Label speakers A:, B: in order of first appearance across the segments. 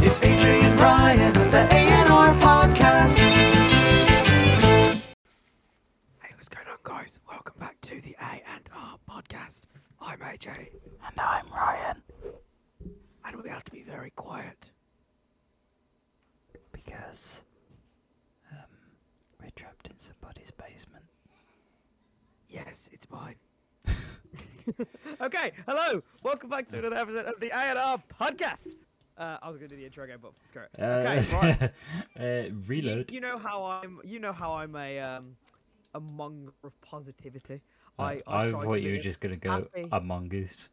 A: It's AJ and Ryan on the A&R podcast. Hey, what's going on, guys? Welcome back to the A&R podcast. I'm AJ,
B: And I'm Ryan
A: and we have to be very quiet.
B: because um, we're trapped in somebody's basement.
A: Yes, it's mine.
C: Okay, hello. Welcome back to another episode of the A&R podcast. Uh, I was going to do the intro again, but screw it. Okay, right.
D: uh, reload.
C: you know how I'm. You know how I'm a um, a monger of positivity. I, I,
D: I
C: try to
D: thought you
C: be
D: were
C: a-
D: just gonna go
C: happy.
D: a mongoose.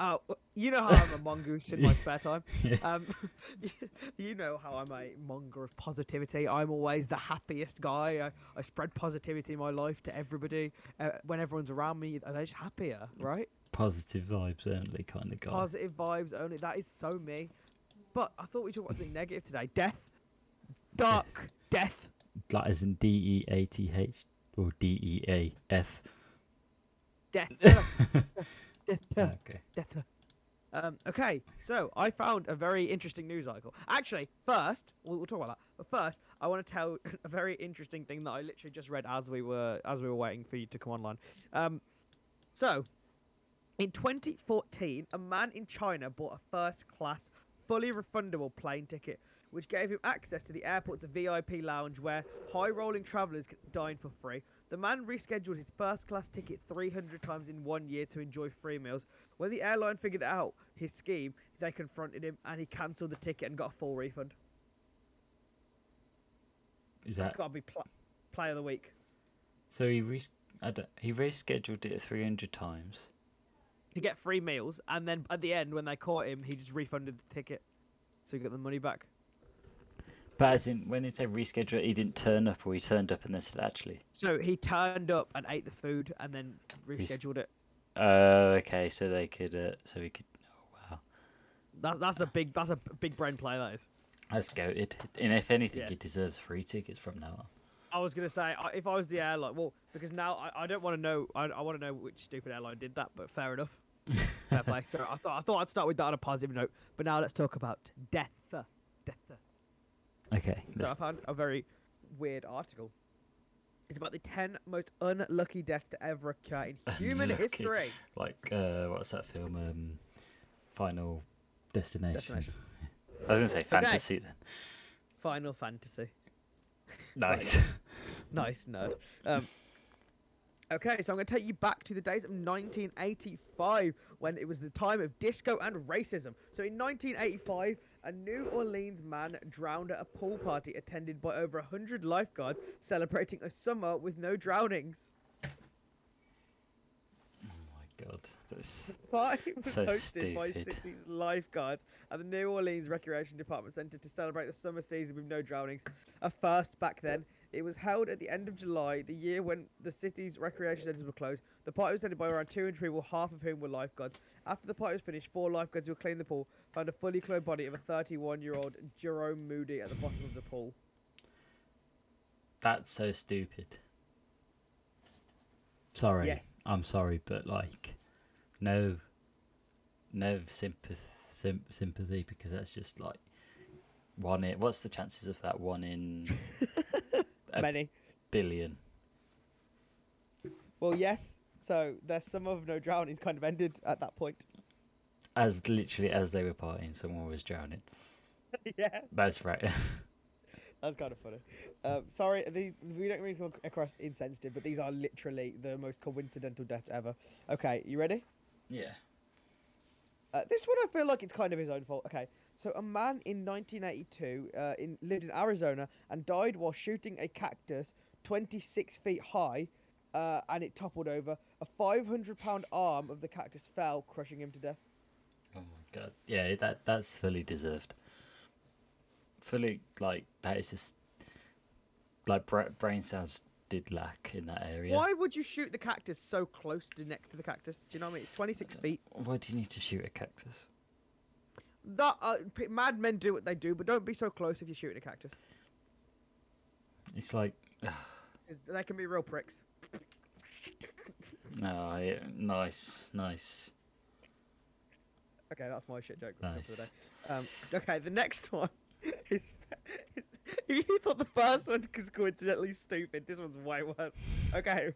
C: Uh, you know how I'm a mongoose in my spare time. Um, you know how I'm a monger of positivity. I'm always the happiest guy. I, I spread positivity in my life to everybody. Uh, when everyone's around me, they're just happier,
D: Mm.
C: right?
D: Positive vibes only kind of guy.
C: positive vibes only. That is so me. But I thought we should watch something negative today. Death. Dark death.
D: that is in D E A T H or D E A F.
C: Death. death. death.
D: Okay.
C: death. Um, okay, so I found a very interesting news article. Actually, first we'll, we'll talk about that. But first, I want to tell a very interesting thing that I literally just read as we were as we were waiting for you to come online. Um, so, in 2014, a man in China bought a first-class, fully refundable plane ticket, which gave him access to the airport's VIP lounge, where high-rolling travelers could dine for free. The man rescheduled his first-class ticket 300 times in one year to enjoy free meals. When the airline figured out his scheme, they confronted him, and he cancelled the ticket and got a full refund.
D: Is that
C: Gotta be pl- play of the week.
D: so? He res- I don't, he rescheduled it three hundred times.
C: to get free meals, and then at the end, when they caught him, he just refunded the ticket, so he got the money back.
D: But as in, when he said reschedule, he didn't turn up, or he turned up and then said actually.
C: So he turned up and ate the food, and then rescheduled it.
D: Oh, okay. So they could. Uh, so he could. Oh wow,
C: That, that's a big, that's a b- big brain play. That is.
D: that's goated. And if anything,
C: Yeah.
D: he deserves free tickets from now on.
C: I was gonna say I- if I was the airline, well, because now I, I don't want to know. I, I want to know which stupid airline did that, but fair enough. fair play. So I thought I thought I'd start with that on a positive note. But now let's talk about death. Death.
D: Okay.
C: So I
D: let's-
C: found a very weird article. It's about the 10 most unlucky deaths to ever occur in human
D: Unlucky.
C: history.
D: like uh, what's that film? Um, Final Destination.
C: Destination.
D: I was gonna say fantasy then.
C: Final Fantasy.
D: Nice. Oh
C: Nice nerd. Um, okay, so I'm going to take you back to the days of 1985 when it was the time of disco and racism. So in 1985, a New Orleans man drowned at a pool party attended by over 100 lifeguards celebrating a summer with no drownings.
D: oh my god, this.
C: party was
D: So
C: hosted by
D: stupid.
C: 60s lifeguards at the New Orleans Recreation Department Center to celebrate the summer season with no drownings. A first back then. It was held at the end of July, the year when the city's recreation centers were closed. The party was attended by around 200 people, half of whom were lifeguards. After the party was finished, four lifeguards who had cleaned the pool found a fully clothed body of a 31 year old Jerome Moody at the bottom of the pool.
D: That's so stupid. Sorry.
C: Yes.
D: I'm sorry, but like, no, no sympathy, sim- sympathy, because that's just like one in. What's the chances of that one in A-
C: Many.
D: billion?
C: Well, yes. So their summer of no drownings kind of ended at that point.
D: As literally as they were partying, someone was drowning.
C: yeah.
D: That's right.
C: That's kind of funny. Um, sorry, these, we don't really come ac- across insensitive, but these are literally the most coincidental deaths ever. Okay, you ready?
D: yeah.
C: Uh, this one I feel like it's kind of his own fault. Okay, so a man in 1982 uh, in, lived in Arizona and died while shooting a cactus 26 feet high uh, and it toppled over. A 500 pound arm of the cactus fell, crushing him to death.
D: Oh my god. Yeah, that that's fully deserved. Fully like that is just like bra- brain cells did lack in that area.
C: Why would you shoot the cactus so close to next to the cactus? Do you know what I mean? It's 26 feet.
D: Why do you need to shoot a cactus?
C: That uh, p- mad men do what they do, but don't be so close if you're shooting a cactus.
D: It's like
C: Is- They can be real pricks.
D: no, yeah, nice, nice.
C: Okay, that's my shit joke. for
D: Nice.
C: The day. Um, okay, the next one is, is. If you thought the first one was coincidentally stupid, this one's way worse. Okay.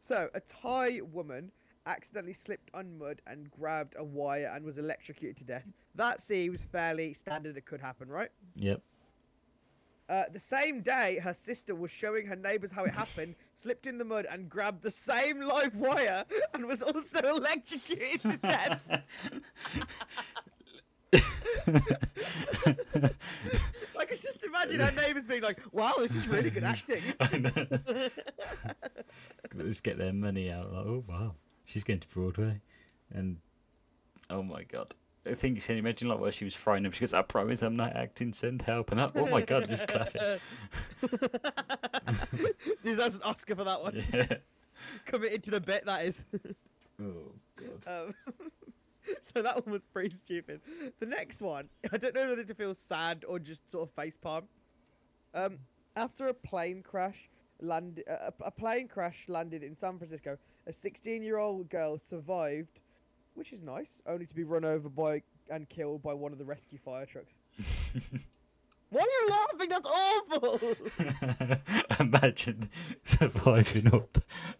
C: So, a Thai woman accidentally slipped on mud and grabbed a wire and was electrocuted to death. That seems fairly standard. It could happen, right?
D: Yep.
C: Uh, the same day, her sister was showing her neighbors how it happened, slipped in the mud and grabbed the same live wire and was also electrocuted to death. I could just imagine her neighbors being like, wow, this is really good acting.
D: I know. Let's get their money out. Like, oh wow, she's going to Broadway, and oh my god. I think can you imagine like where she was frying them? She goes, "I promise I'm not acting. Send help!" And I, oh my god, just clapping.
C: Deserves an Oscar for that one.
D: Yeah.
C: Committed to the bit, that is.
D: Oh god.
C: Um, so that one was pretty stupid. The next one, I don't know whether to feel sad or just sort of face palm. Um, after a plane crash land, uh, a a plane crash landed in San Francisco. A 16-year-old girl survived, which is nice, only to be run over by and killed by one of the rescue fire trucks. Why are you laughing? That's awful.
D: Imagine surviving up,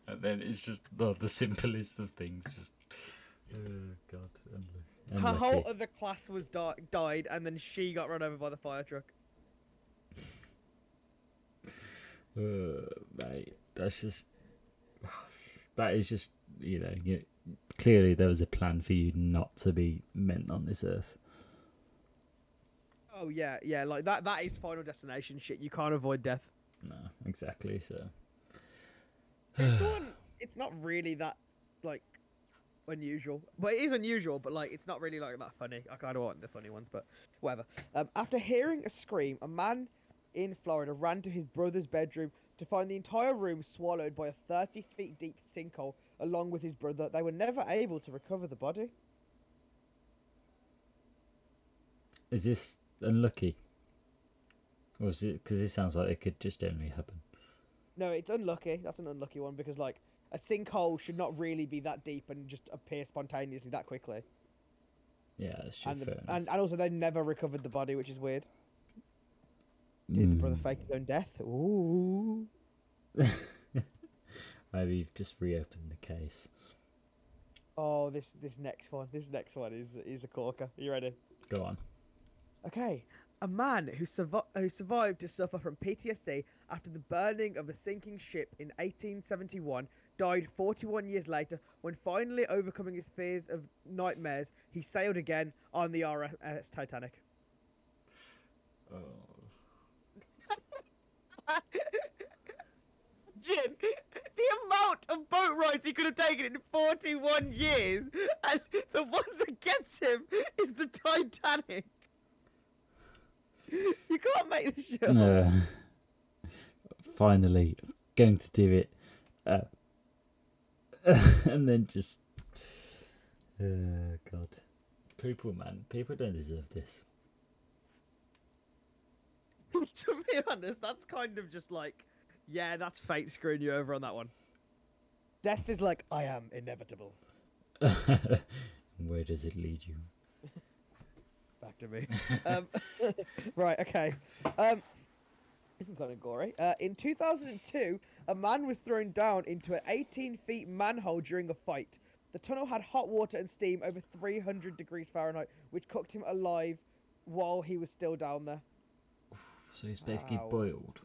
D: and then it's just oh, the simplest of things. Just oh god, unlu-
C: Her whole
D: unlucky.
C: other class was di- died, and then she got run over by the fire truck.
D: Uh, mate, that's just that is just you know you, clearly there was a plan for you not to be meant on this earth.
C: Oh yeah, yeah, like that that is final destination shit. You can't avoid death.
D: No, exactly. So
C: This one it's not really that like unusual. But it is unusual, but like it's not really like that funny. I kinda want the funny ones, but whatever. Um, after hearing a scream, a man in Florida ran to his brother's bedroom to find the entire room swallowed by a thirty feet deep sinkhole along with his brother. They were never able to recover the body.
D: is this unlucky? Or is it because this sounds like it could just generally happen?
C: No, it's unlucky. That's an unlucky one because like a sinkhole should not really be that deep and just appear spontaneously that quickly.
D: Yeah, that's true.
C: and, the,
D: fair enough.
C: and and also they never recovered the body, which is weird. Did the brother fake his own death? Ooh.
D: Maybe you've just reopened the case.
C: Oh, this this next one, this next one is is a corker. You ready?
D: Go on.
C: Okay. A man who, survi- who survived to suffer from PTSD after the burning of a sinking ship in 1871 died 41 years later when finally overcoming his fears of nightmares, he sailed again on the RMS Titanic.
D: Oh.
C: Jim, the amount of boat rides he could have taken in 41 years, and the one that gets him is the Titanic. You can't make this shit up.
D: finally, I'm going to do it. Uh, and then just. Oh, God. People, man. People don't deserve this.
C: to be honest, that's kind of just like, yeah, that's fate screwing you over on that one. Death is like, I am inevitable.
D: Where does it lead you?
C: Back to me. um, right, okay. Um, this one's kind of gory. Uh, in 2002, a man was thrown down into an 18 feet manhole during a fight. The tunnel had hot water and steam over 300 degrees Fahrenheit, which cooked him alive while he was still down there.
D: So he's basically
C: Wow.
D: boiled.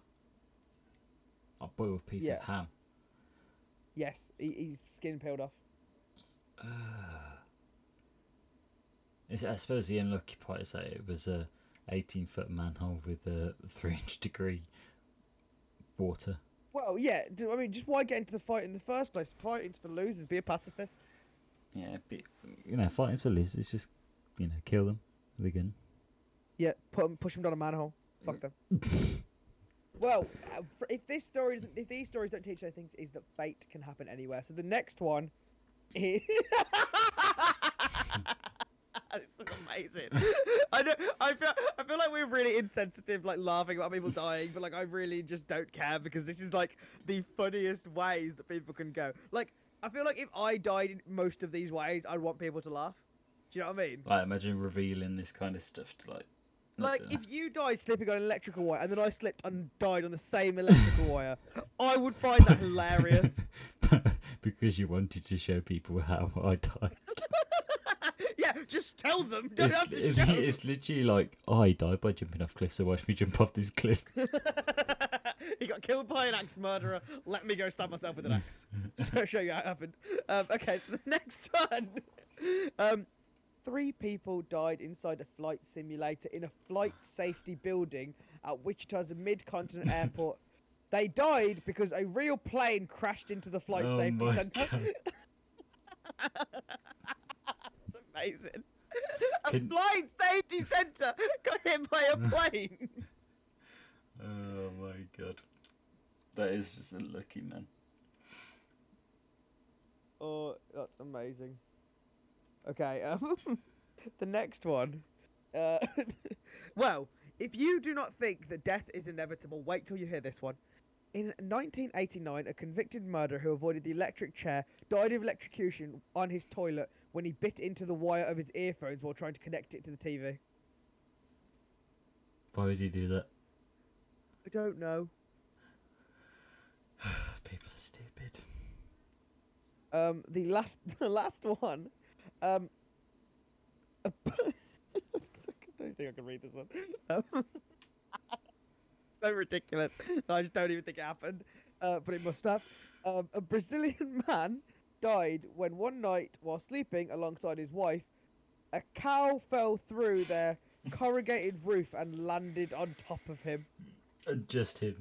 D: A boiled piece
C: Yeah.
D: of ham.
C: Yes, he, his skin peeled off.
D: Is I suppose the unlucky part is that it was a 18 foot manhole with a 300 degree water.
C: Well, yeah, d- I mean, just why get into the fight in the first place? Fighting's for losers, be a pacifist.
D: Yeah, bit. You know, fighting for losers, just you know, kill them with a gun.
C: Yeah, put 'em- push him down a manhole. Fuck them. well, uh, fr- if this story doesn't, if these stories don't teach anything, is that fate can happen anywhere. So the next one is. this is amazing. I know. I feel. I feel like we're really insensitive, like laughing about people dying, but like I really just don't care because this is like the funniest ways that people can go. Like I feel like if I died in most of these ways, I'd want people to laugh. Do you know what I mean?
D: I imagine revealing this kind of stuff to like. not
C: Like,
D: doing
C: if you died slipping on an electrical wire and then I slipped and died on the same electrical wire, I would find that hilarious.
D: that. because you wanted to show people how I died.
C: yeah, just tell them. Don't
D: It's,
C: have to
D: it's-
C: show.
D: it's literally like "Oh, I died by jumping off cliff, so watch me jump off this cliff.
C: he got killed by an axe murderer. Let me go stab myself with an axe. so show you how it happened. Um, okay, so the next one. Um, three people died inside a flight simulator in a flight safety building at Wichita's mid-continent airport. They died because a real plane crashed into the flight
D: Oh
C: safety
D: my
C: center.
D: God.
C: That's amazing. a
D: Can-
C: flight safety center got hit by a plane.
D: Oh my god. That is just unlucky, man.
C: Oh, that's amazing. Okay, um, the next one. Uh, well, if you do not think that death is inevitable, wait till you hear this one. In 1989, a convicted murderer who avoided the electric chair died of electrocution on his toilet when he bit into the wire of his earphones while trying to connect it to the TV.
D: Why would you do that?
C: I don't know.
D: People are stupid.
C: Um, the last, the last one. Um, a p- I don't think I can read this one. Um, so ridiculous. I just don't even think it happened, uh, but it must have. Um, a Brazilian man died when one night, while sleeping alongside his wife, a cow fell through their corrugated roof and landed on top of him.
D: And Uh, just him.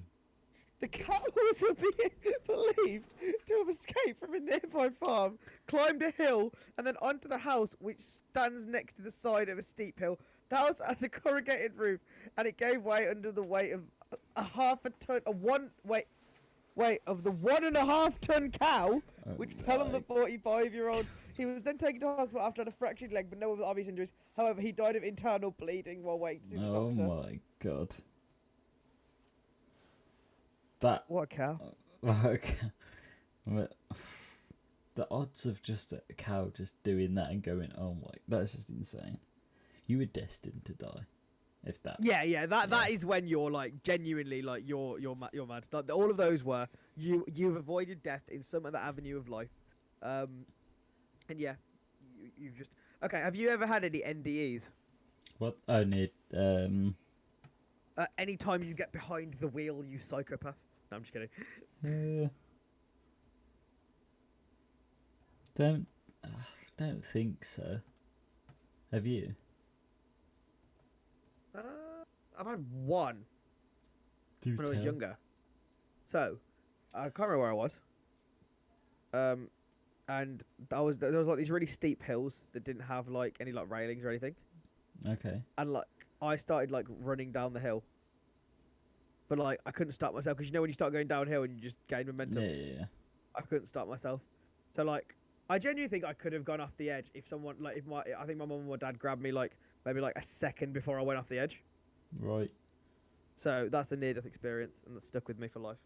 C: The cow was being believed to have escaped from a nearby farm, climbed a hill, and then onto the house, which stands next to the side of a steep hill. The house has a corrugated roof, and it gave way under the weight of a- a half a ton, a one wait, weight of the one and a half ton cow,
D: Oh,
C: which fell on the 45 year old. He was then taken to hospital after a fractured leg, but no other obvious injuries. However, he died of internal bleeding while waiting to see the
D: Oh
C: doctor.
D: my god. That
C: What a cow!
D: okay. But the odds of just a cow just doing that and going, oh my, that's just insane. You were destined to die, if that.
C: Yeah, yeah, that that
D: Yeah.
C: is when you're like genuinely like you're you're ma- you're mad. Like, all of those were you you've avoided death in some other avenue of life, um, and yeah, you, you've just okay. Have you ever had any NDEs?
D: What? Oh, need um.
C: Uh, any time you get behind the wheel, you psychopath. No, I'm just kidding.
D: Uh, don't uh, don't think so. Have you?
C: Uh, I've had one
D: Do
C: when I was younger. So, I can't remember where I was. Um, and I was there was like these really steep hills that didn't have like any like railings or anything.
D: Okay.
C: and like I started like running down the hill. But like I couldn't stop myself because you know when you start going downhill and you just gain
D: Yeah,
C: momentum,
D: yeah, yeah.
C: I couldn't stop myself. So like I genuinely think I could have gone off the edge if someone like if my I think my mum or dad grabbed me like maybe like a second before I went off the edge.
D: Right.
C: So that's a near death experience and that stuck with me for life.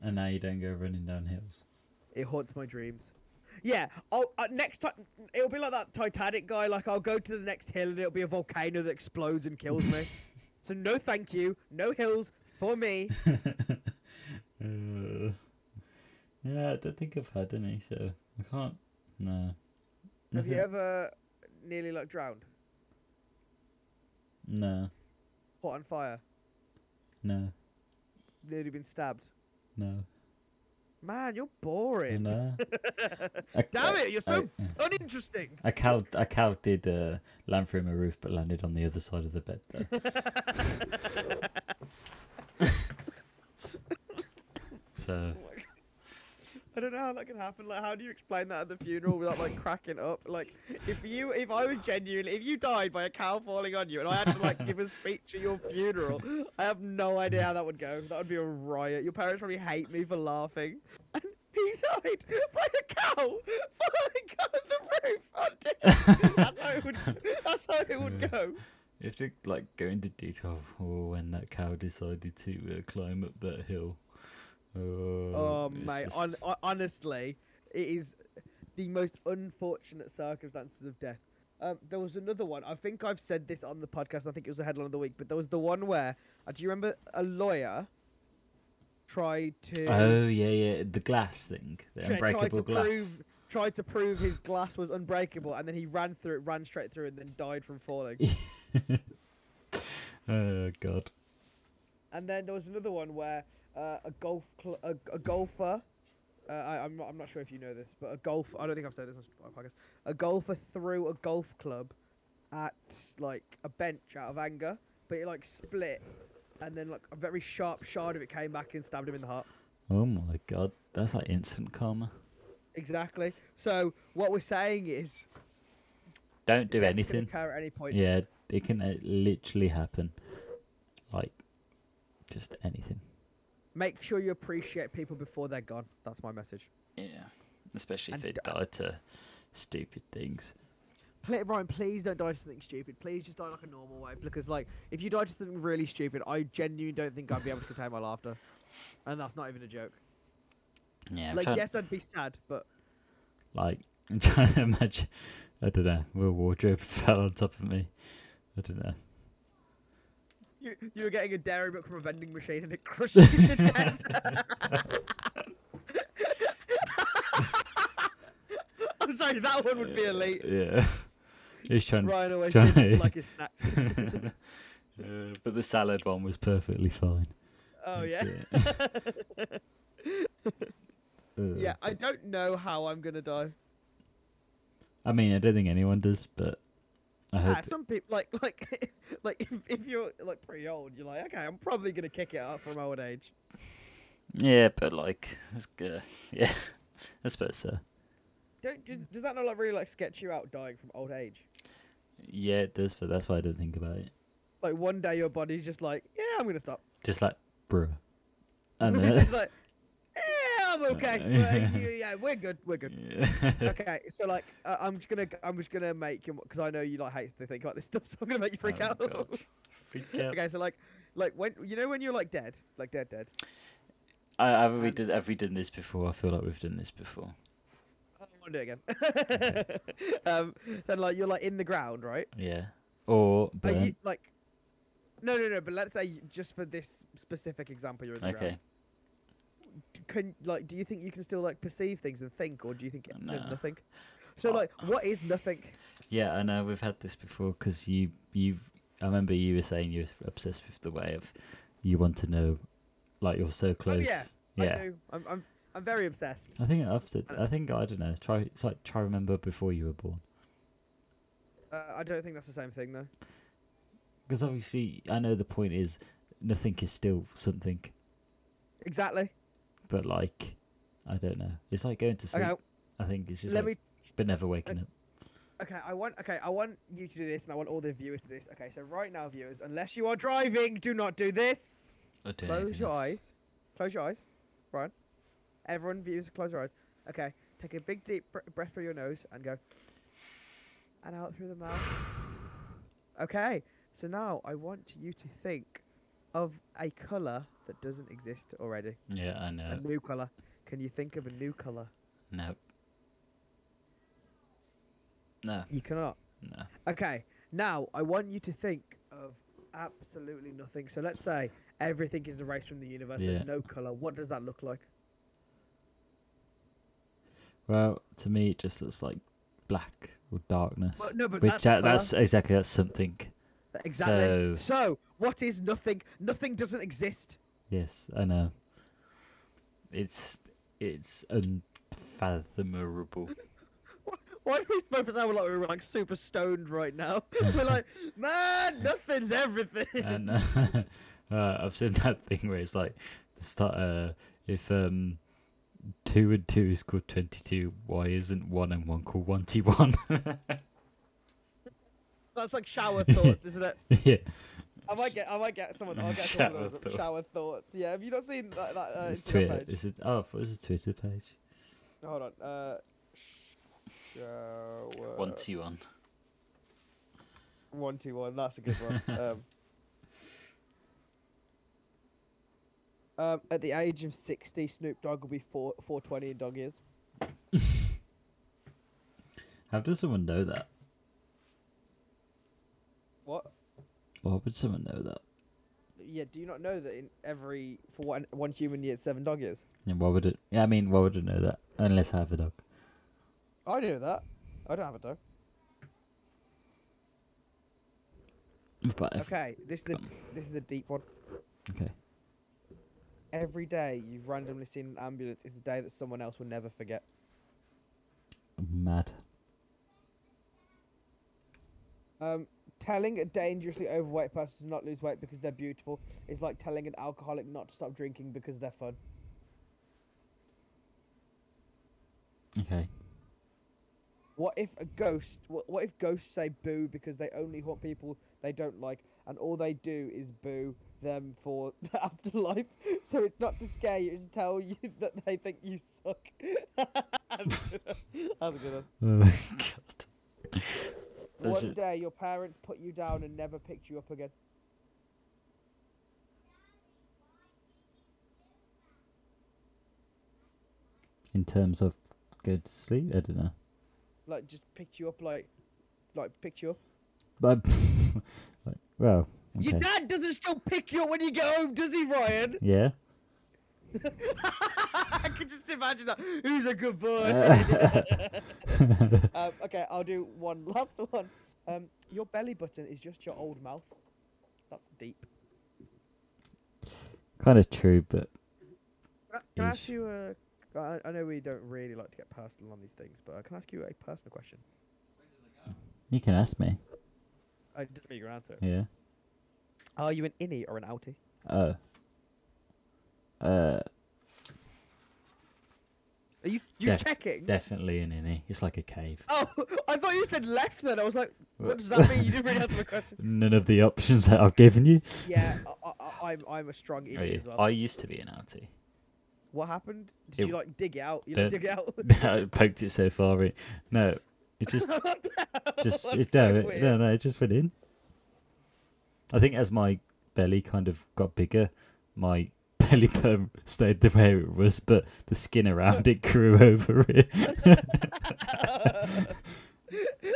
D: And now you don't go running down hills.
C: It haunts my dreams. Yeah. I'll, uh, next time it'll be like that Titanic guy. Like I'll go to the next hill and it'll be a volcano that explodes and kills me. so no, thank you. No hills for me.
D: Uh, yeah, I don't think I've had any, so I can't. No.
C: Have you
D: Nothing-
C: ever nearly like drowned,
D: No,
C: caught on fire,
D: no,
C: nearly been stabbed?
D: no,
C: Man, you're boring.
D: no. A-
C: Damn
D: a-
C: it, you're so
D: I-
C: uninteresting.
D: A cow, a cow did uh, land through my roof, but landed on the other side of the bed. Though. so
C: I don't know how that can happen. Like, how do you explain that at the funeral without like cracking up? Like, if you, if I was genuinely, if you died by a cow falling on you, and I had to like give a speech at your funeral, I have no idea how that would go. That would be a riot. Your parents probably hate me for laughing. And he died by a cow falling on the roof. onto him. that's how it would. That's how it would go.
D: you have to like go into detail for when that cow decided to uh, climb up that hill.
C: Oh,
D: it's
C: mate,
D: just-
C: hon- hon- honestly, it is the most unfortunate circumstances of death. Um, there was another one. I think I've said this on the podcast. I think it was the headline of the week, but there was the one where uh, do you remember a lawyer tried to
D: Oh yeah, yeah, the glass thing, the
C: tried-
D: unbreakable
C: tried to
D: glass.
C: prove tried to prove his glass was unbreakable, and then he ran through it, ran straight through, and then died from falling.
D: oh god.
C: And then there was another one where uh, a golf cl- a, a golfer. Uh, I, I'm, not, I'm not sure if you know this, but a golf. I don't think I've said this on my podcast. A golfer threw a golf club at like a bench out of anger, but it like split, and then like a very sharp shard of it came back and stabbed him in the heart.
D: Oh my god, that's like instant karma.
C: Exactly. So what we're saying is,
D: Don't do
C: death can
D: anything.
C: occur at any point.
D: Yeah, it can uh, literally happen. Like, just anything.
C: Make sure you appreciate people before they're gone. That's my message.
D: Yeah, especially
C: if
D: if
C: And
D: they
C: they d-
D: die to stupid things.
C: Pl- Ryan, please don't die to something stupid. Please just die like a normal way. Because, like, if you die to something really stupid, I genuinely don't think I'd be able to contain my laughter. And that's not even a joke.
D: Yeah,
C: like, yes, I'd be sad, but
D: Like, I'm trying to imagine. I don't know. Will wardrobe fell on top of me. I don't know.
C: you, you were getting a dairy milk from a vending machine and it crushed you to death. I'm sorry, that one would be elite.
D: Yeah. He's trying.
C: Ryan always
D: John-
C: did like his snacks.
D: Uh, but the salad one was perfectly fine.
C: Oh, yeah.
D: That's it. Uh,
C: Yeah, I don't know how I'm going to die.
D: I mean, I don't think anyone does, but I hope.
C: Ah, some people like like like if, if you're like pretty old, you're like, okay, I'm probably gonna kick it up from old age.
D: Yeah, but like, it's good. Yeah, I suppose so.
C: Don't does, does that not like really like sketch you out dying from old age?
D: Yeah, it does, but that's why I don't think about it.
C: Like one day your body's just like, yeah, I'm gonna stop.
D: Just like, bruh. And then,
C: it's like, yeah, I'm okay. Uh, yeah, yeah, we're good. We're good. Okay, so like, uh, I'm just gonna I'm just gonna make you because I know you like hate to think about this stuff, so I'm gonna make you freak
D: Oh,
C: out.
D: God. Freak out.
C: okay, so like like when you know when you're like dead, like dead dead.
D: I, have we
C: And-
D: did? Have we done this before? I feel like we've done this before.
C: I want to do it again. um, then like you're like in the ground, right?
D: Yeah. Or
C: Are
D: burn.
C: you, like, no, no, no. But let's say you- just for this specific example, you're in the
D: okay.
C: ground. D- Can like, do you think you can still like perceive things and think, or do you think it, there's
D: No.
C: nothing? So
D: Oh.
C: like, what is nothing?
D: Yeah, I know we've had this before because you you. I remember you were saying you were obsessed with the way of you want to know, like you're so close.
C: Oh, I do. I'm, I'm, I'm very obsessed.
D: I think I've said-
C: I don't-
D: I think I don't know. Try it's like try remember before you were born.
C: Uh, I don't think that's the same thing though.
D: Because obviously I know the point is nothing is still something,
C: Exactly.
D: but like I don't know. It's like going to sleep.
C: Okay,
D: I think it's just
C: let
D: like,
C: me. uh,
D: but never waking up.
C: Okay, I want. Okay, I want you to do this, and I want all the viewers to do this. Okay, so right now, viewers, unless you are driving, do not do this.
D: I don't know
C: Close
D: anything
C: your
D: else.
C: eyes. Close your eyes. Right. Everyone, viewers, close your eyes. Okay. Take a big deep br- breath through your nose and go. And out through the mouth. Okay. So now I want you to think of a colour that doesn't exist already.
D: Yeah, I
C: A
D: know.
C: new colour. Can you think of a new colour?
D: No. No.
C: You cannot.
D: No.
C: Okay. Now I want you to think of absolutely nothing. So let's say everything is erased from the universe.
D: Yeah.
C: There's no colour. What does that look like?
D: Well, to me, it just looks like black or darkness.
C: Well, no, but
D: which
C: that's
D: that,
C: colour.
D: that's exactly that's something.
C: Exactly. So,
D: So-
C: what is nothing? Nothing doesn't exist.
D: Yes, I know. It's it's unfathomable.
C: Why do we both sound like we were like super stoned right now? we're like, man, nothing's everything.
D: and uh, uh, I've seen that thing where it's like the start. Uh, if um, two and two is called twenty-two, why isn't one and one called one?
C: That's like shower thoughts, isn't it?
D: yeah,
C: I might get, I might get someone. I'll get someone
D: Shower
C: shower, thoughts.
D: thoughts.
C: shower thoughts. Yeah, have you not seen that? that uh,
D: it's
C: Instagram
D: Twitter.
C: page?
D: Is it? Oh, I thought it was a Twitter page.
C: Hold on. Uh, shower.
D: one.
C: One two one. That's a good one. um, um, at the age of sixty, Snoop Dogg will be four four twenty in dog years.
D: How does someone know that? Why would someone know that?
C: Yeah, do you not know that in every for one, one human year it's seven dog years?
D: Yeah, why would it? Yeah, I mean, why would it know that? Unless I have a dog.
C: I know that. I don't have a dog.
D: But if,
C: Okay, this is the this is the deep one.
D: okay.
C: Every day you've randomly seen an ambulance is a day that someone else will never forget.
D: Mad.
C: Um, telling a dangerously overweight person to not lose weight because they're beautiful is like telling an alcoholic not to stop drinking because they're fun.
D: Okay.
C: What if a ghost? What, what if ghosts say boo because they only haunt people they don't like, and all they do is boo them for the afterlife? So it's not to scare you; it's to tell you that they think you suck. That's a good one. That's a good one.
D: Oh my god. That's
C: One
D: just-
C: day your parents put you down and never picked you up again.
D: In terms of good sleep, I don't know.
C: Like just picked you up, like, like picked you up.
D: But like, well, okay.
C: Your dad doesn't still pick you up when you get home, does he, Ryan?
D: Yeah.
C: I can just imagine that. Who's a good boy? um, okay, I'll do one last one. Um, your belly button is just your old mouth. That's deep.
D: kind of true,
C: Can
D: but
C: I, can I ask
D: Ish.
C: you a? I, I know we don't really like to get personal on these things, but uh, can I ask you a personal question?
D: you can ask me.
C: Uh, it doesn't mean you can answer. it.
D: Yeah.
C: Are you an innie or an outie?
D: Oh. Uh,
C: Are you you
D: Def-
C: checking?
D: definitely an innie. It's like a cave.
C: Oh, I thought you said left. Then I was like,
D: Wha-
C: what does that mean? You didn't really answer my question.
D: None of the options that I've given you.
C: Yeah, I, I, I'm I'm a strong innie
D: I,
C: as well.
D: Oh, I used to be an outie.
C: What happened? Did
D: It-
C: you like dig it out? You
D: the-
C: like, dig it out.
D: I poked it so far in. No, it just just
C: That's
D: it,
C: so
D: no, it,
C: weird.
D: no, no, it just went in. I think as my belly kind of got bigger, my belly button stayed the way it was, but the skin around it grew over it.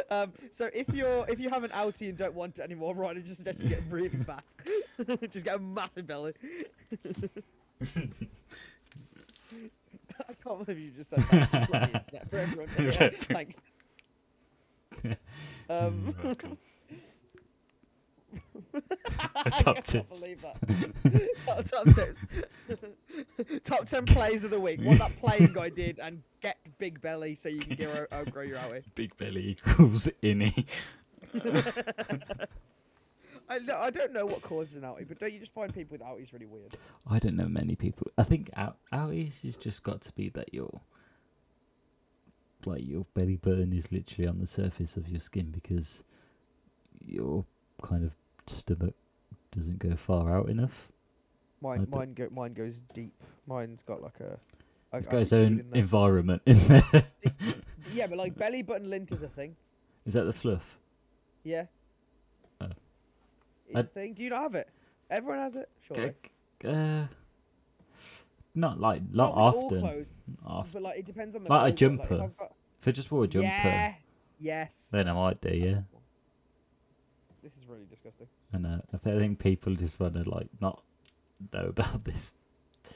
C: um, so if you're if you have an outie and don't want it anymore, Ryan, just suggest you get really fat. just get a massive belly. I can't believe you just said that. Bloody internet for everyone. Anyway, Thanks. Um,
D: Top
C: I can't
D: tips.
C: believe that. top, top tips. top ten plays of the week. What that playing guy did, and get big belly so you can grow, outgrow your outie.
D: Big belly equals innie.
C: I, no, I don't know what causes an outie, but don't you just find people with outies really weird?
D: I don't know many people. I think out outies has just got to be that your like your belly button is literally on the surface of your skin because your kind of stomach doesn't go far out enough. I
C: Mine,
D: don't-
C: mine, go, mine goes deep. Mine's got like a. I-
D: It's
C: I
D: got its
C: can feel
D: own
C: in there.
D: environment in there.
C: yeah, but like belly button lint is a thing.
D: is that the fluff?
C: Yeah.
D: Oh.
C: It's
D: I-
C: a thing. Do you not have it? Everyone has it. Surely.
D: G- Uh, not like
C: Not
D: not
C: with all
D: often.
C: clothes,
D: not often.
C: but like it depends on the.
D: Like a
C: clothes, if
D: jumper.
C: I've got-
D: If I just wore a jumper,
C: Yeah. Yes.
D: then I might do. Yeah.
C: This is really disgusting.
D: I know. I think people just want to like not know about this.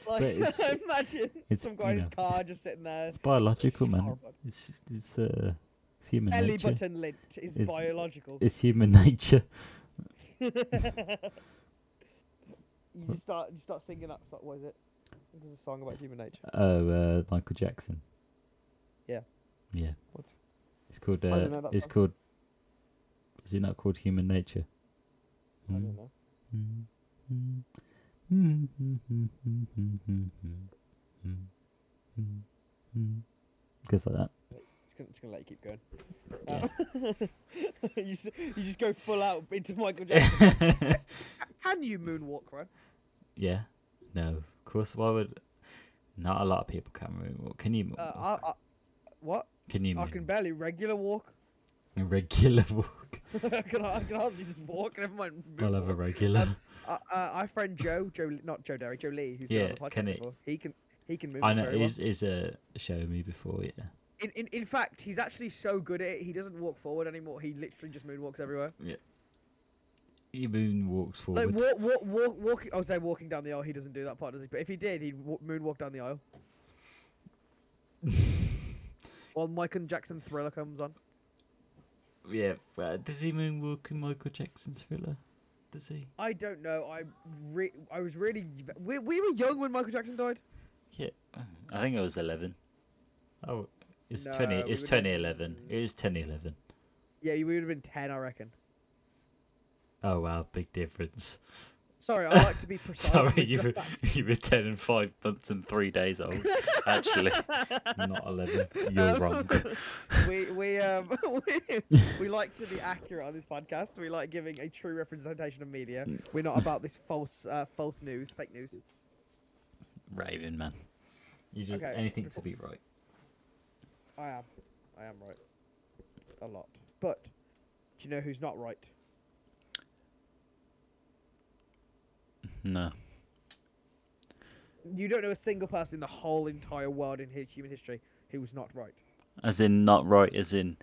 C: Like,
D: it's-
C: imagine
D: it's,
C: some guy
D: you
C: in his
D: know, it's-
C: car just sitting there.
D: It's biological, man.
C: horrible.
D: It's it's uh, it's human
C: Belly
D: nature.
C: button lint is
D: It's-
C: biological.
D: It's human nature.
C: You just start, you start singing that. song. What is it? There's a song about human nature.
D: Oh, uh, Michael Jackson.
C: Yeah.
D: Yeah.
C: What's-
D: It's called.
C: I
D: Uh,
C: don't know that
D: it's
C: song.
D: called. Is it not called Human Nature?
C: I
D: Mm. Hmm.
C: don't know.
D: Goes like that.
C: Just gonna, just gonna let you keep going. Oh, Um, you, s- you just go full out into Michael Jackson.
D: Yeah.
C: Can you moonwalk, Ryan?
D: yeah. No. Of course. Why would? Not a lot of people can moonwalk. Can you?
C: Uh,
D: Moonwalk?
C: I, I, what?
D: can you?
C: I can
D: moonwalk?
C: barely regular walk.
D: A regular walk.
C: I can I can hardly just walk. Never mind.
D: I'll have a
C: moonwalk.
D: regular.
C: Uh, uh, our friend Joe, Joe, not Joe Derry, Joe Lee, who's been
D: Yeah,
C: on the podcast
D: can it-
C: before. He can he can move.
D: I know.
C: very well.
D: Is is a show me before? Yeah.
C: In, in in fact, he's actually so good at it. He doesn't walk forward anymore. He literally just moonwalks everywhere.
D: Moon walks forward.
C: Like walk, walk, walk, walk. I was say walking down the aisle. He doesn't do that part, does he? But if he did, he'd wa- moonwalk down the aisle. While Michael Jackson Thriller comes on.
D: yeah, well, does he moonwalk in Michael Jackson's thriller? Does he?
C: I don't know. I re- I was really. We, we were young when Michael Jackson died.
D: Yeah, I think I was eleven. Oh, it's
C: No,
D: twenty.
C: we
D: It's
C: would've-
D: twenty eleven. It was twenty eleven.
C: Yeah, we would have been ten, I reckon.
D: Oh wow, big difference.
C: Sorry, I like to be precise.
D: Sorry,
C: with
D: you were
C: stuff.
D: you were ten and five months and three days old. Actually, not eleven. You're wrong.
C: we we um we, we like to be accurate on this podcast. We like giving a true representation of media.
D: Mm.
C: We're not about this false uh, false news, fake news.
D: Raven man, you just
C: Okay,
D: anything to
C: before-
D: be right.
C: I am, I am right, a lot. But do you know who's not right?
D: No,
C: You don't know a single person in the whole entire world in hi- human history who was not right.
D: as in not right. As in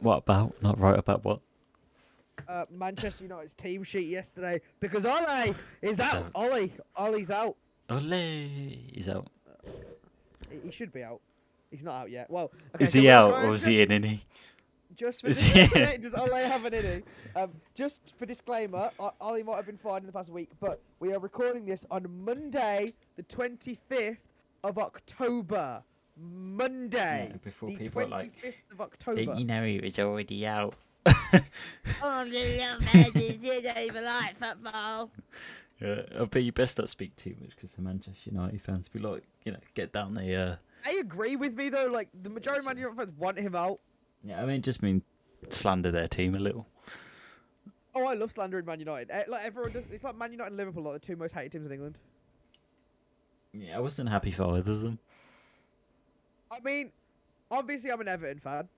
D: what about not right about what?
C: Uh, Manchester United's team sheet yesterday because Ole is out.
D: So-
C: Ollie, Ollie's out.
D: Ole is out.
C: He- He should be out. He's not out yet. Well, okay,
D: Is
C: so
D: he
C: we're
D: out
C: going
D: or is
C: to-
D: he in? Any?
C: Just for
D: Is
C: disclaimer,
D: he-
C: does Ole have an inning? Um, just for disclaimer, O- Ole might have been fired in the past week, but we are recording this on Monday, the 25th of October. Monday,
D: Yeah, before
C: the
D: people are
C: 25th
D: like,
C: of October.
D: know he was already out?
E: Oh, the little badges, you don't even like football.
D: Yeah, I bet you best not speak too much because the Manchester United fans be like, you know, get down the. Uh...
C: I agree with me though. Like the majority of Man United fans want him out.
D: Yeah, I mean, just mean slander their team a little.
C: Oh, I love slandering Man United. Eh, Like everyone does. It's like Man United and Liverpool, like the two most hated teams in England.
D: Yeah, I wasn't happy for either of them.
C: I mean, obviously I'm an Everton fan,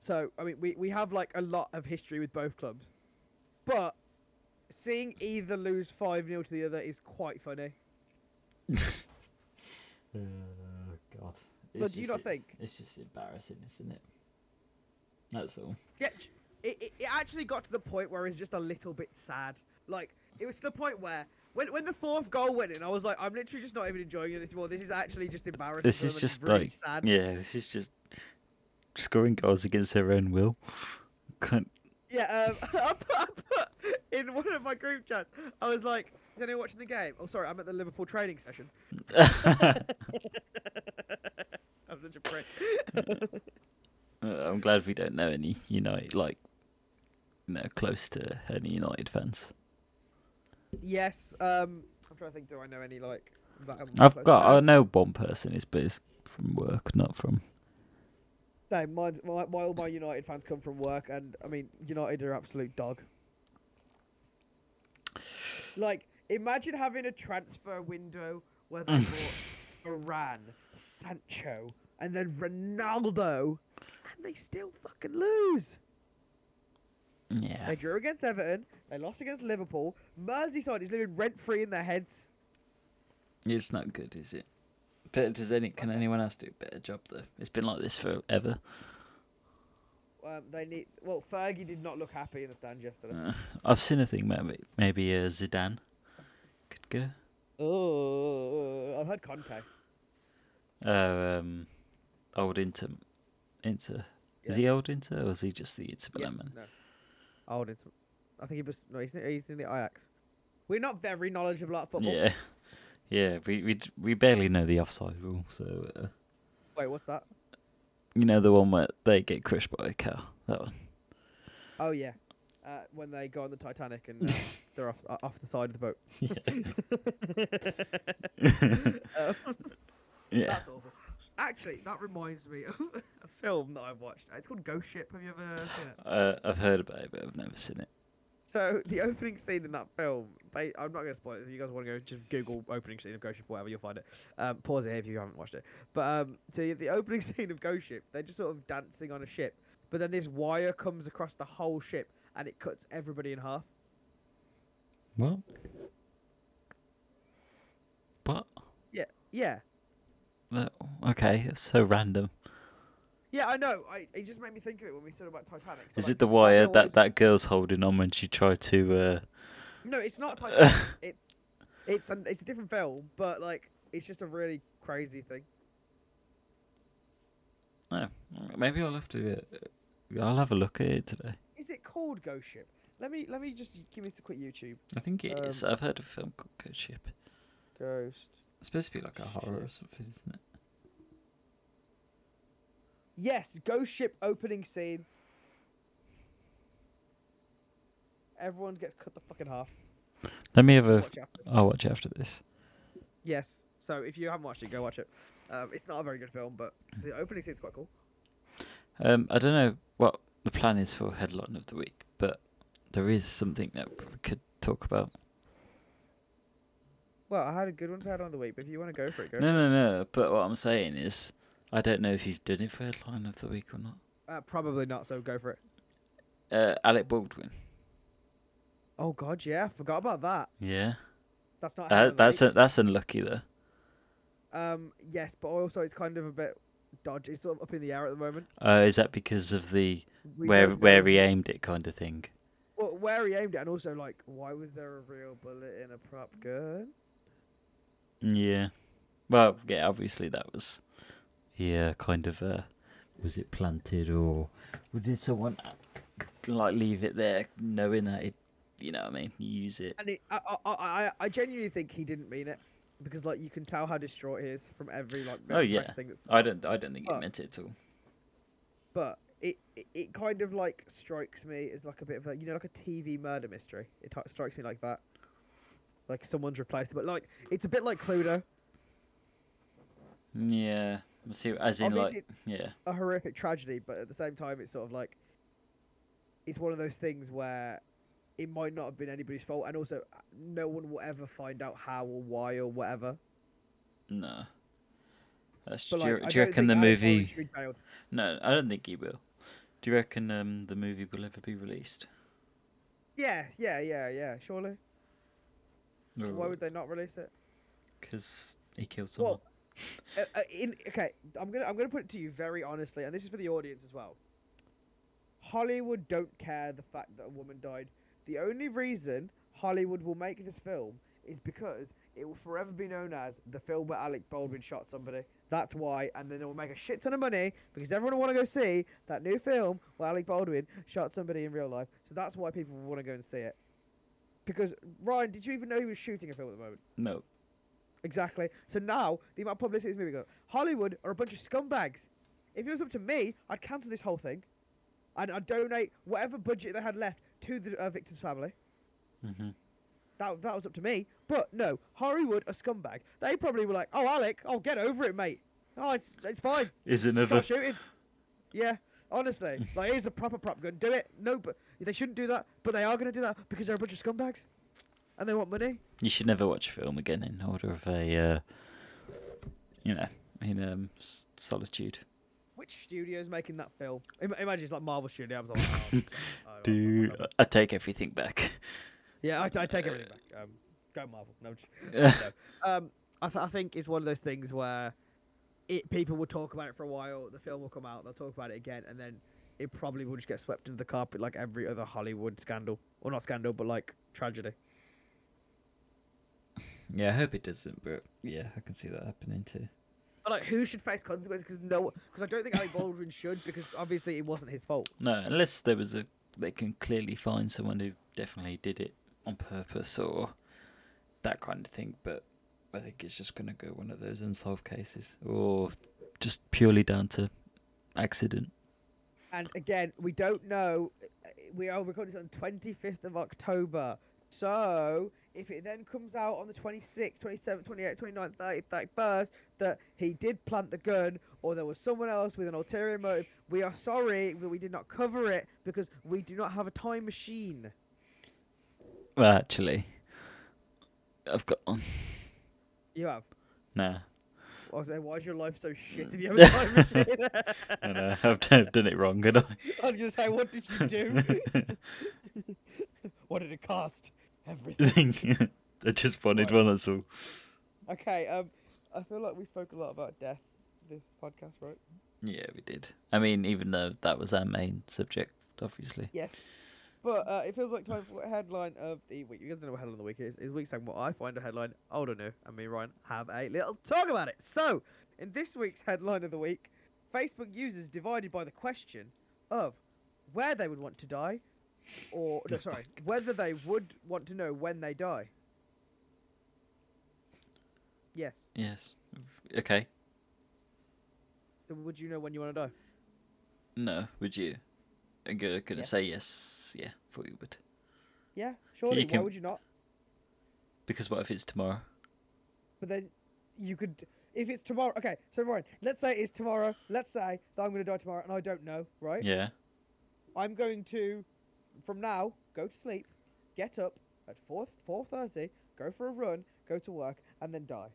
C: so I mean we, we have like a lot of history with both clubs, but seeing either lose five 0 to the other is quite funny.
D: Oh God.
C: But do you not think
D: It's just embarrassing, isn't it? That's all.
C: Yeah, it, it, it actually got to the point where it's just a little bit sad. Like it was to the point where when when the fourth goal went in, I was like, I'm literally just not even enjoying it anymore. This is actually just embarrassing.
D: This
C: for
D: is
C: them and
D: just
C: really
D: like,
C: sad.
D: yeah, this is just scoring goals against their own will. Can't...
C: Yeah, um, I, put, I put in one of my group chats. I was like, "Is anyone watching the game?" Oh, sorry, I'm at the Liverpool training session. I'm such a prick.
D: Uh, I'm glad we don't know any United, like, no, close to any United fans.
C: Yes, um, I'm trying to think. Do I know any like? That I'm
D: I've
C: close
D: got,
C: to?
D: I know one person is, but it's from work, not from.
C: No, mine's, my, my all my United fans come from work, and I mean United are absolute dog. Like, imagine having a transfer window where they bought Varane, Sancho, and then Ronaldo, and they still fucking lose.
D: Yeah.
C: They drew against Everton. They lost against Liverpool. Merseyside is living rent free in their heads.
D: It's not good, is it? But does any can anyone else do a better job though? It's been like this forever.
C: Um, they need. Well, Fergie did not look happy in the stands yesterday.
D: Uh, I've seen a thing maybe maybe uh, Zidane could go.
C: Oh, I've heard Conte.
D: Uh, um, old Inter, Inter. Is
C: Yeah.
D: he old Inter or is he just the Inter Milan man?
C: No. Oh, it's, I think he was. No, he's, in- he's in the Ajax. We're not very knowledgeable about football.
D: Yeah, yeah. We we d- we barely know the offside rule. So uh,
C: Wait, what's that?
D: you know the one where they get crushed by a car. That one.
C: Oh yeah, uh, when they go on the Titanic and uh, they're off uh, off the side of the boat. Oh.
D: Yeah.
C: That's awful. Actually, that reminds me of a film that I watched. It's called Ghost Ship. Have you ever seen it?
D: Uh, I've heard about it, but I've never seen it.
C: So the opening scene in that film, ba- I'm not going to spoil it. If you guys want to go, just Google opening scene of Ghost Ship, whatever, you'll find it. Um, pause it here if you haven't watched it. But um, so the opening scene of Ghost Ship, they're just sort of dancing on a ship, but then this wire comes across the whole ship and it cuts everybody in half.
D: What? What?
C: Yeah, yeah.
D: That- Okay, that's so random.
C: Yeah, I know. I, it just made me think of it when we said about Titanic. so,
D: Is
C: like,
D: it the
C: I don't
D: wire
C: know what
D: that
C: is-
D: that girl's holding on when she tried to? Uh...
C: No, it's not Titanic. it, it's an, it's a different film, but like it's just a really crazy thing.
D: No, uh, oh, maybe I'll have to. Uh, I'll have a look at it today.
C: Is it called Ghost Ship? Let me let me just give me a quick YouTube.
D: I think it
C: Um,
D: is. I've heard of a film called Code Ship.
C: Ghost.
D: It's supposed to be like a horror or something, isn't it?
C: Yes, Ghost Ship opening scene. Everyone gets cut the fucking half.
D: Let me have a.
C: Watch out.
D: I'll watch it after this.
C: Yes. So if you haven't watched it, go watch it. Um, it's not a very good film, but the opening scene's quite cool.
D: Um, I don't know what the plan is for headline of the week, but there is something that we could talk about.
C: Well, I had a good one for head on the week, but if you want to go for it, go.
D: No, no, no. But what I'm saying is, I don't know if you've done it for headline of the week or not.
C: Uh, probably not. So go for it.
D: Uh, Alec Baldwin.
C: Oh God, yeah, forgot about that.
D: Yeah.
C: That's not. head on
D: That,
C: the
D: that's
C: week.
D: un that's unlucky though.
C: Um, yes, but also it's kind of a bit dodgy. It's sort of up in the air at the moment.
D: Uh, is that because of the
C: We
D: where
C: don't
D: where
C: know-
D: he aimed it kind of thing?
C: well, where he aimed it, and also like, why was there a real bullet in a prop gun?
D: Yeah. Well, yeah. Obviously, that was yeah, kind of. Uh, was it planted or or did someone uh, like leave it there, knowing that it? You know what I mean? Use it.
C: And it, I, I, I, I genuinely think he didn't mean it because like you can tell how distraught he is from every like
D: Oh,
C: press
D: yeah.
C: thing. That's,
D: I don't. I don't think
C: Well-
D: it meant it at all.
C: but it, it, it kind of like strikes me as like a bit of a you know like a TV murder mystery. It t- strikes me like that, like someone's replaced. But like it's a bit like Cluedo,
D: Yeah. I See, as in
C: Obviously-
D: like yeah,
C: a horrific tragedy, but at the same time it's sort of like it's one of those things where it might not have been anybody's fault, and also uh, no one will ever find out how or why or whatever.
D: no. That's
C: But
D: do, you,
C: like, I
D: do you
C: don't
D: reckon
C: think
D: the
C: Alec Baldwin
D: movie?
C: should be jailed.
D: No, I don't think he will. Do you reckon um the movie will ever be released?
C: Yeah, yeah, yeah, yeah. Surely. Why
D: Or-
C: would they not release it?
D: 'cause he killed someone.
C: Well, uh, uh, in, okay, I'm gonna I'm gonna put it to you very honestly, and this is for the audience as well. Hollywood don't care the fact that a woman died. The only reason Hollywood will make this film is because it will forever be known as the film where Alec Baldwin shot somebody. That's why, and then they will make a shit ton of money because everyone will want to go see that new film where Alec Baldwin shot somebody in real life. So that's why people want to go and see it. Because Ryan, did you even know he was shooting a film at the moment?
D: no.
C: Exactly. So now the amount of publicity this movie got. Hollywood are a bunch of scumbags. If it was up to me, I'd cancel this whole thing, and I'd donate whatever budget they had left to the uh, victim's family.
D: hmm
C: That that was up to me. But no, Hollywood are scumbag. They probably were like, "Oh, Alec, oh, get over it, mate. Oh, it's it's fine.
D: Is
C: Just
D: another
C: Start shooting." Yeah, honestly, like here's a proper prop gun. Do it. No, but they shouldn't do that. But they are gonna do that because they're a bunch of scumbags, and they want money.
D: You should never watch a film again in order of a, uh, you know, in um, s- solitude.
C: Which studio's making that film? Im- imagine it's like Marvel Studio. I was like, oh, oh,
D: Dude,
C: oh, oh.
D: I take everything back.
C: Yeah, I, I take everything back. Um, go Marvel. No, I'm just-
D: Uh,
C: no. Um, I, th- I think it's one of those things where it people will talk about it for a while. The film will come out. They'll talk about it again, and then it probably will just get swept under the carpet like every other Hollywood scandal, or not scandal, but like tragedy.
D: yeah, I hope it doesn't, but yeah, I can see that happening too.
C: But like, who should face consequences? Because no, because I don't think Alec Baldwin should, because obviously it wasn't his fault.
D: No, unless there was a, they can clearly find someone who definitely did it on purpose or that kind of thing. But I think it's just gonna go one of those unsolved cases, or just purely down to accident.
C: And again, we don't know. We are recording this on the 25th of October. So if it then comes out on the 26th, 27th, 28th, 29th, 30th, 31st that he did plant the gun or there was someone else with an ulterior motive, we are sorry that we did not cover it because we do not have a time machine.
D: Well, actually, I've got one.
C: You have.
D: Nah.
C: I was like, why is your life so shit if you have a time machine?
D: I know, uh, I've done, done it wrong, and I.
C: I was going to say, what did you do? what did it cost? Everything.
D: I just wanted one, that's all.
C: Okay, um, I feel like we spoke a lot about death this podcast, right?
D: Yeah, we did. I mean, even though that was our main subject, obviously.
C: Yes. But uh, it feels like time for a headline of the week. You guys don't know what headline of the week is. Is week segment. What I find a headline, I don't know, and me and Ryan have a little talk about it. So, in this week's headline of the week, Facebook users divided by the question of where they would want to die, or no, sorry, whether they would want to know when they die. Yes.
D: Yes. Okay.
C: So Would you know when you want to die?
D: No, would you? I'm go- gonna
C: Yeah.
D: say yes. Yeah, thought you would.
C: Yeah, surely. Why
D: can-
C: would you not?
D: Because what if it's tomorrow?
C: But then you could, if it's tomorrow. Okay, so Ryan, let's say it's tomorrow. Let's say that I'm going to die tomorrow, and I don't know, right?
D: Yeah.
C: I'm going to, from now, go to sleep, get up at four four thirty, go for a run, go to work, and then die.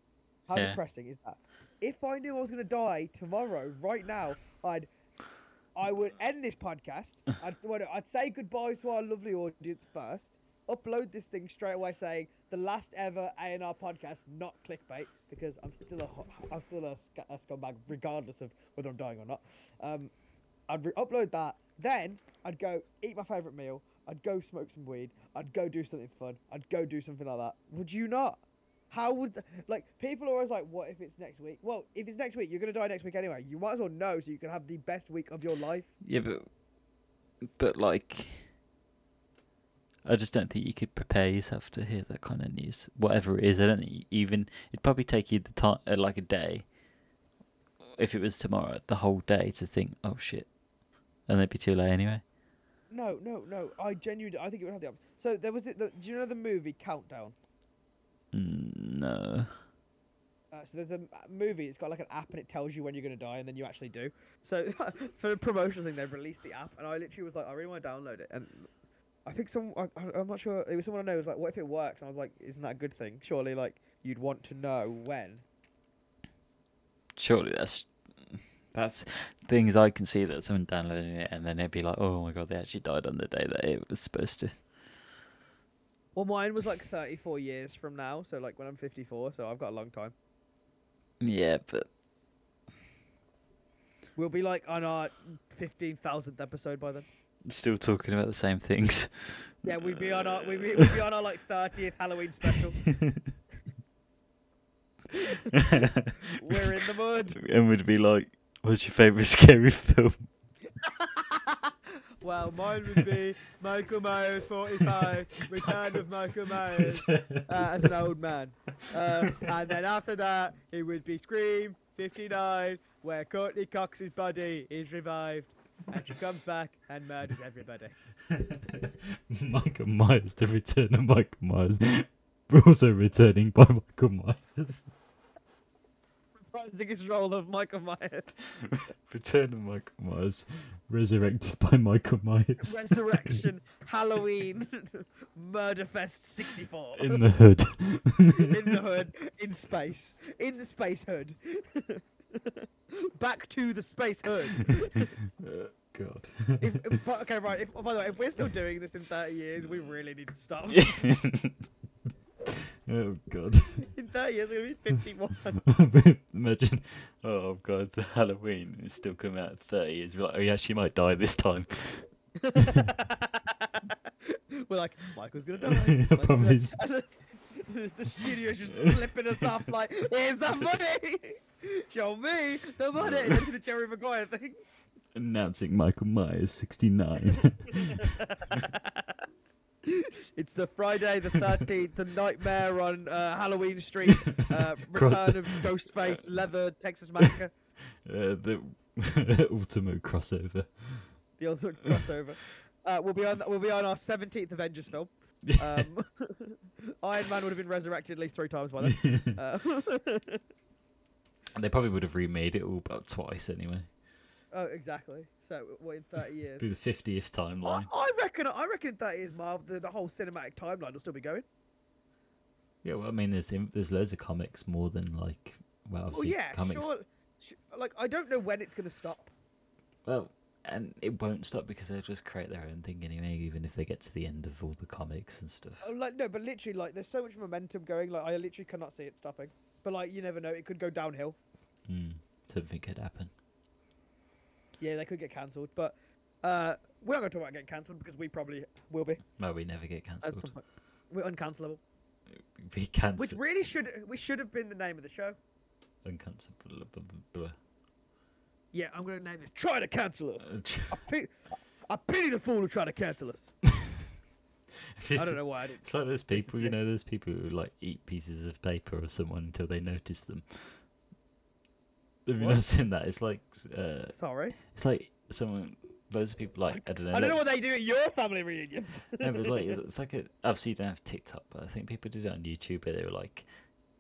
C: How
D: Yeah.
C: depressing is that? If I knew I was going to die tomorrow, right now, I'd. I would end this podcast. I'd, well, no, I'd say goodbye to our lovely audience first. Upload this thing straight away, saying the last ever A and R podcast, not clickbait, because I'm still a ho- I'm still a, sc- a scumbag, regardless of whether I'm dying or not. Um, I'd re- upload that. Then I'd go eat my favorite meal. I'd go smoke some weed. I'd go do something fun. I'd go do something like that. Would you not? How would th- like people are always like, what if it's next week? Well, if it's next week, you're gonna die next week anyway. You might as well know so you can have the best week of your life.
D: Yeah, but but like, I just don't think you could prepare yourself to hear that kind of news, whatever it is. I don't think you even it'd probably take you the time, uh, like a day, if it was tomorrow, the whole day to think, oh shit, and it'd be too late anyway.
C: No, no, no. I genuinely, I think it would have the option. So there was, the, the, do you know the movie Countdown?
D: Mm, no.
C: Uh, so there's a m- movie. It's got like an app, and it tells you when you're gonna die, and then you actually do. So for the promotional thing, they released the app, and I literally was like, I really want to download it. And I think some, I, I- I'm not sure. It was someone I know was like, what if it works? And I was like, isn't that a good thing? Surely, like you'd want to know when.
D: Surely that's that's things I can see that someone downloading it and then they'd be like, oh my god, they actually died on the day that it was supposed to.
C: Well, mine was like 34 years from now, so like when I'm 54, so I've got a long time.
D: Yeah, but
C: We'll be like on our 15,000th episode by then.
D: still talking about the same things.
C: Yeah, we'd be on our we'd be, we'd be on our like 30th Halloween special. We're in the mud.
D: and would be like, "What's your favorite scary film?"
C: Well, mine would be Michael Myers 45, Return of Michael Myers uh, as an old man. Uh, and then after that, it would be Scream 59, where Courtney Cox's body is revived and she comes back and murders everybody.
D: Michael Myers, the return of Michael Myers. We're also returning by Michael Myers.
C: Rising role of Michael Myers,
D: Return of Michael Myers, resurrected by Michael Myers
C: Resurrection, Halloween, Murder Fest 64.
D: in the hood.
C: in the hood, in space, in the space hood. Back to the space hood.
D: God.
C: If, if- but- okay, right. If, oh, by the way, if we're still doing this in 30 years, we really need to stop.
D: oh God.
C: In 30 years, we're gonna be 51.
D: Imagine, oh God, the Halloween is still coming out at thirty years. We're like, oh yeah, she might die this time.
C: we're like, Michael's gonna die. Michael's gonna-
D: promise.
C: and the, the studio's just flipping us off like, here's the money. Show me the money. And then the Jerry Maguire thing.
D: Announcing Michael Myers, sixty-nine. Uh,
C: It's the Friday the 13th, the nightmare on uh, Halloween Street, uh,
D: Cross-
C: return of Ghostface, Leather, Texas Massacre,
D: uh, the ultimate crossover.
C: the ultimate crossover. Uh, we'll be on we'll be on our 17th Avengers film. Um, Iron Man would have been resurrected at least three times by then. Uh,
D: They probably would have remade it all about twice anyway.
C: oh, exactly. So what in 30 years?
D: Be the fiftieth
C: I,
D: timeline.
C: I reckon I reckon 30 years, Marvel, the, the whole cinematic timeline will still be going.
D: Yeah, well, I mean, there's im- there's loads of comics more than like
C: Well,
D: well, obviously
C: Oh, yeah,
D: comics.
C: sure. sh- Like I don't know when it's going to stop.
D: Well, and it won't stop because they'll just create their own thing anyway. Even if they get to the end of all the comics and stuff.
C: Oh, like no, but literally, like there's so much momentum going. Like I literally cannot see it
D: Hmm,
C: stopping. But like you never know, it could go downhill.
D: Mm, something could happen.
C: Yeah, they could get cancelled, but uh, we're not going to talk about getting cancelled because we probably will be
D: No, we never get
C: at some
D: cancelled.
C: point. We're uncancelable,
D: We cancel.
C: which really should we should have been the name of the show.
D: Uncancelable. blah,
C: Yeah, I'm going to name this. Try to cancel us.
D: blah, blah.
C: I, pe- I pity the fool who tried to cancel us. I don't know why I didn't.
D: It's like those people, you know, those people who like eat pieces of paper or someone until they notice them. Have you not seen that? It's like, uh,
C: Sorry,
D: it's like someone. Those people like I don't know.
C: I don't know
D: like-
C: what they do at your family reunions.
D: No, but it's like it's, it's like a, obviously you don't have TikTok, but I think people did it on YouTube where they were like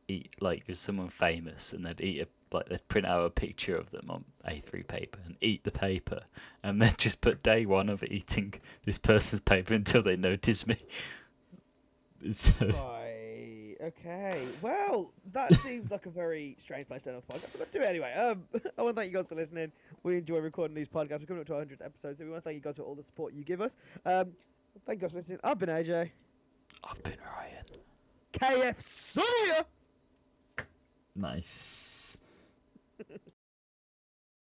D: eat like there's someone famous and they'd eat a like they'd print out a picture of them on A3 paper and eat the paper and then just put day one of eating this person's paper until they notice me. So
C: Right. Okay. Well, that seems like a very strange place to end the podcast. but Let's do it anyway. Um, I want to thank you guys for listening. We enjoy recording these podcasts. We're coming up to 100 episodes, so we want to thank you guys for all the support you give us. Um, thank you guys for listening. I've been AJ.
D: I've been Ryan.
C: KF Sawyer.
D: Nice.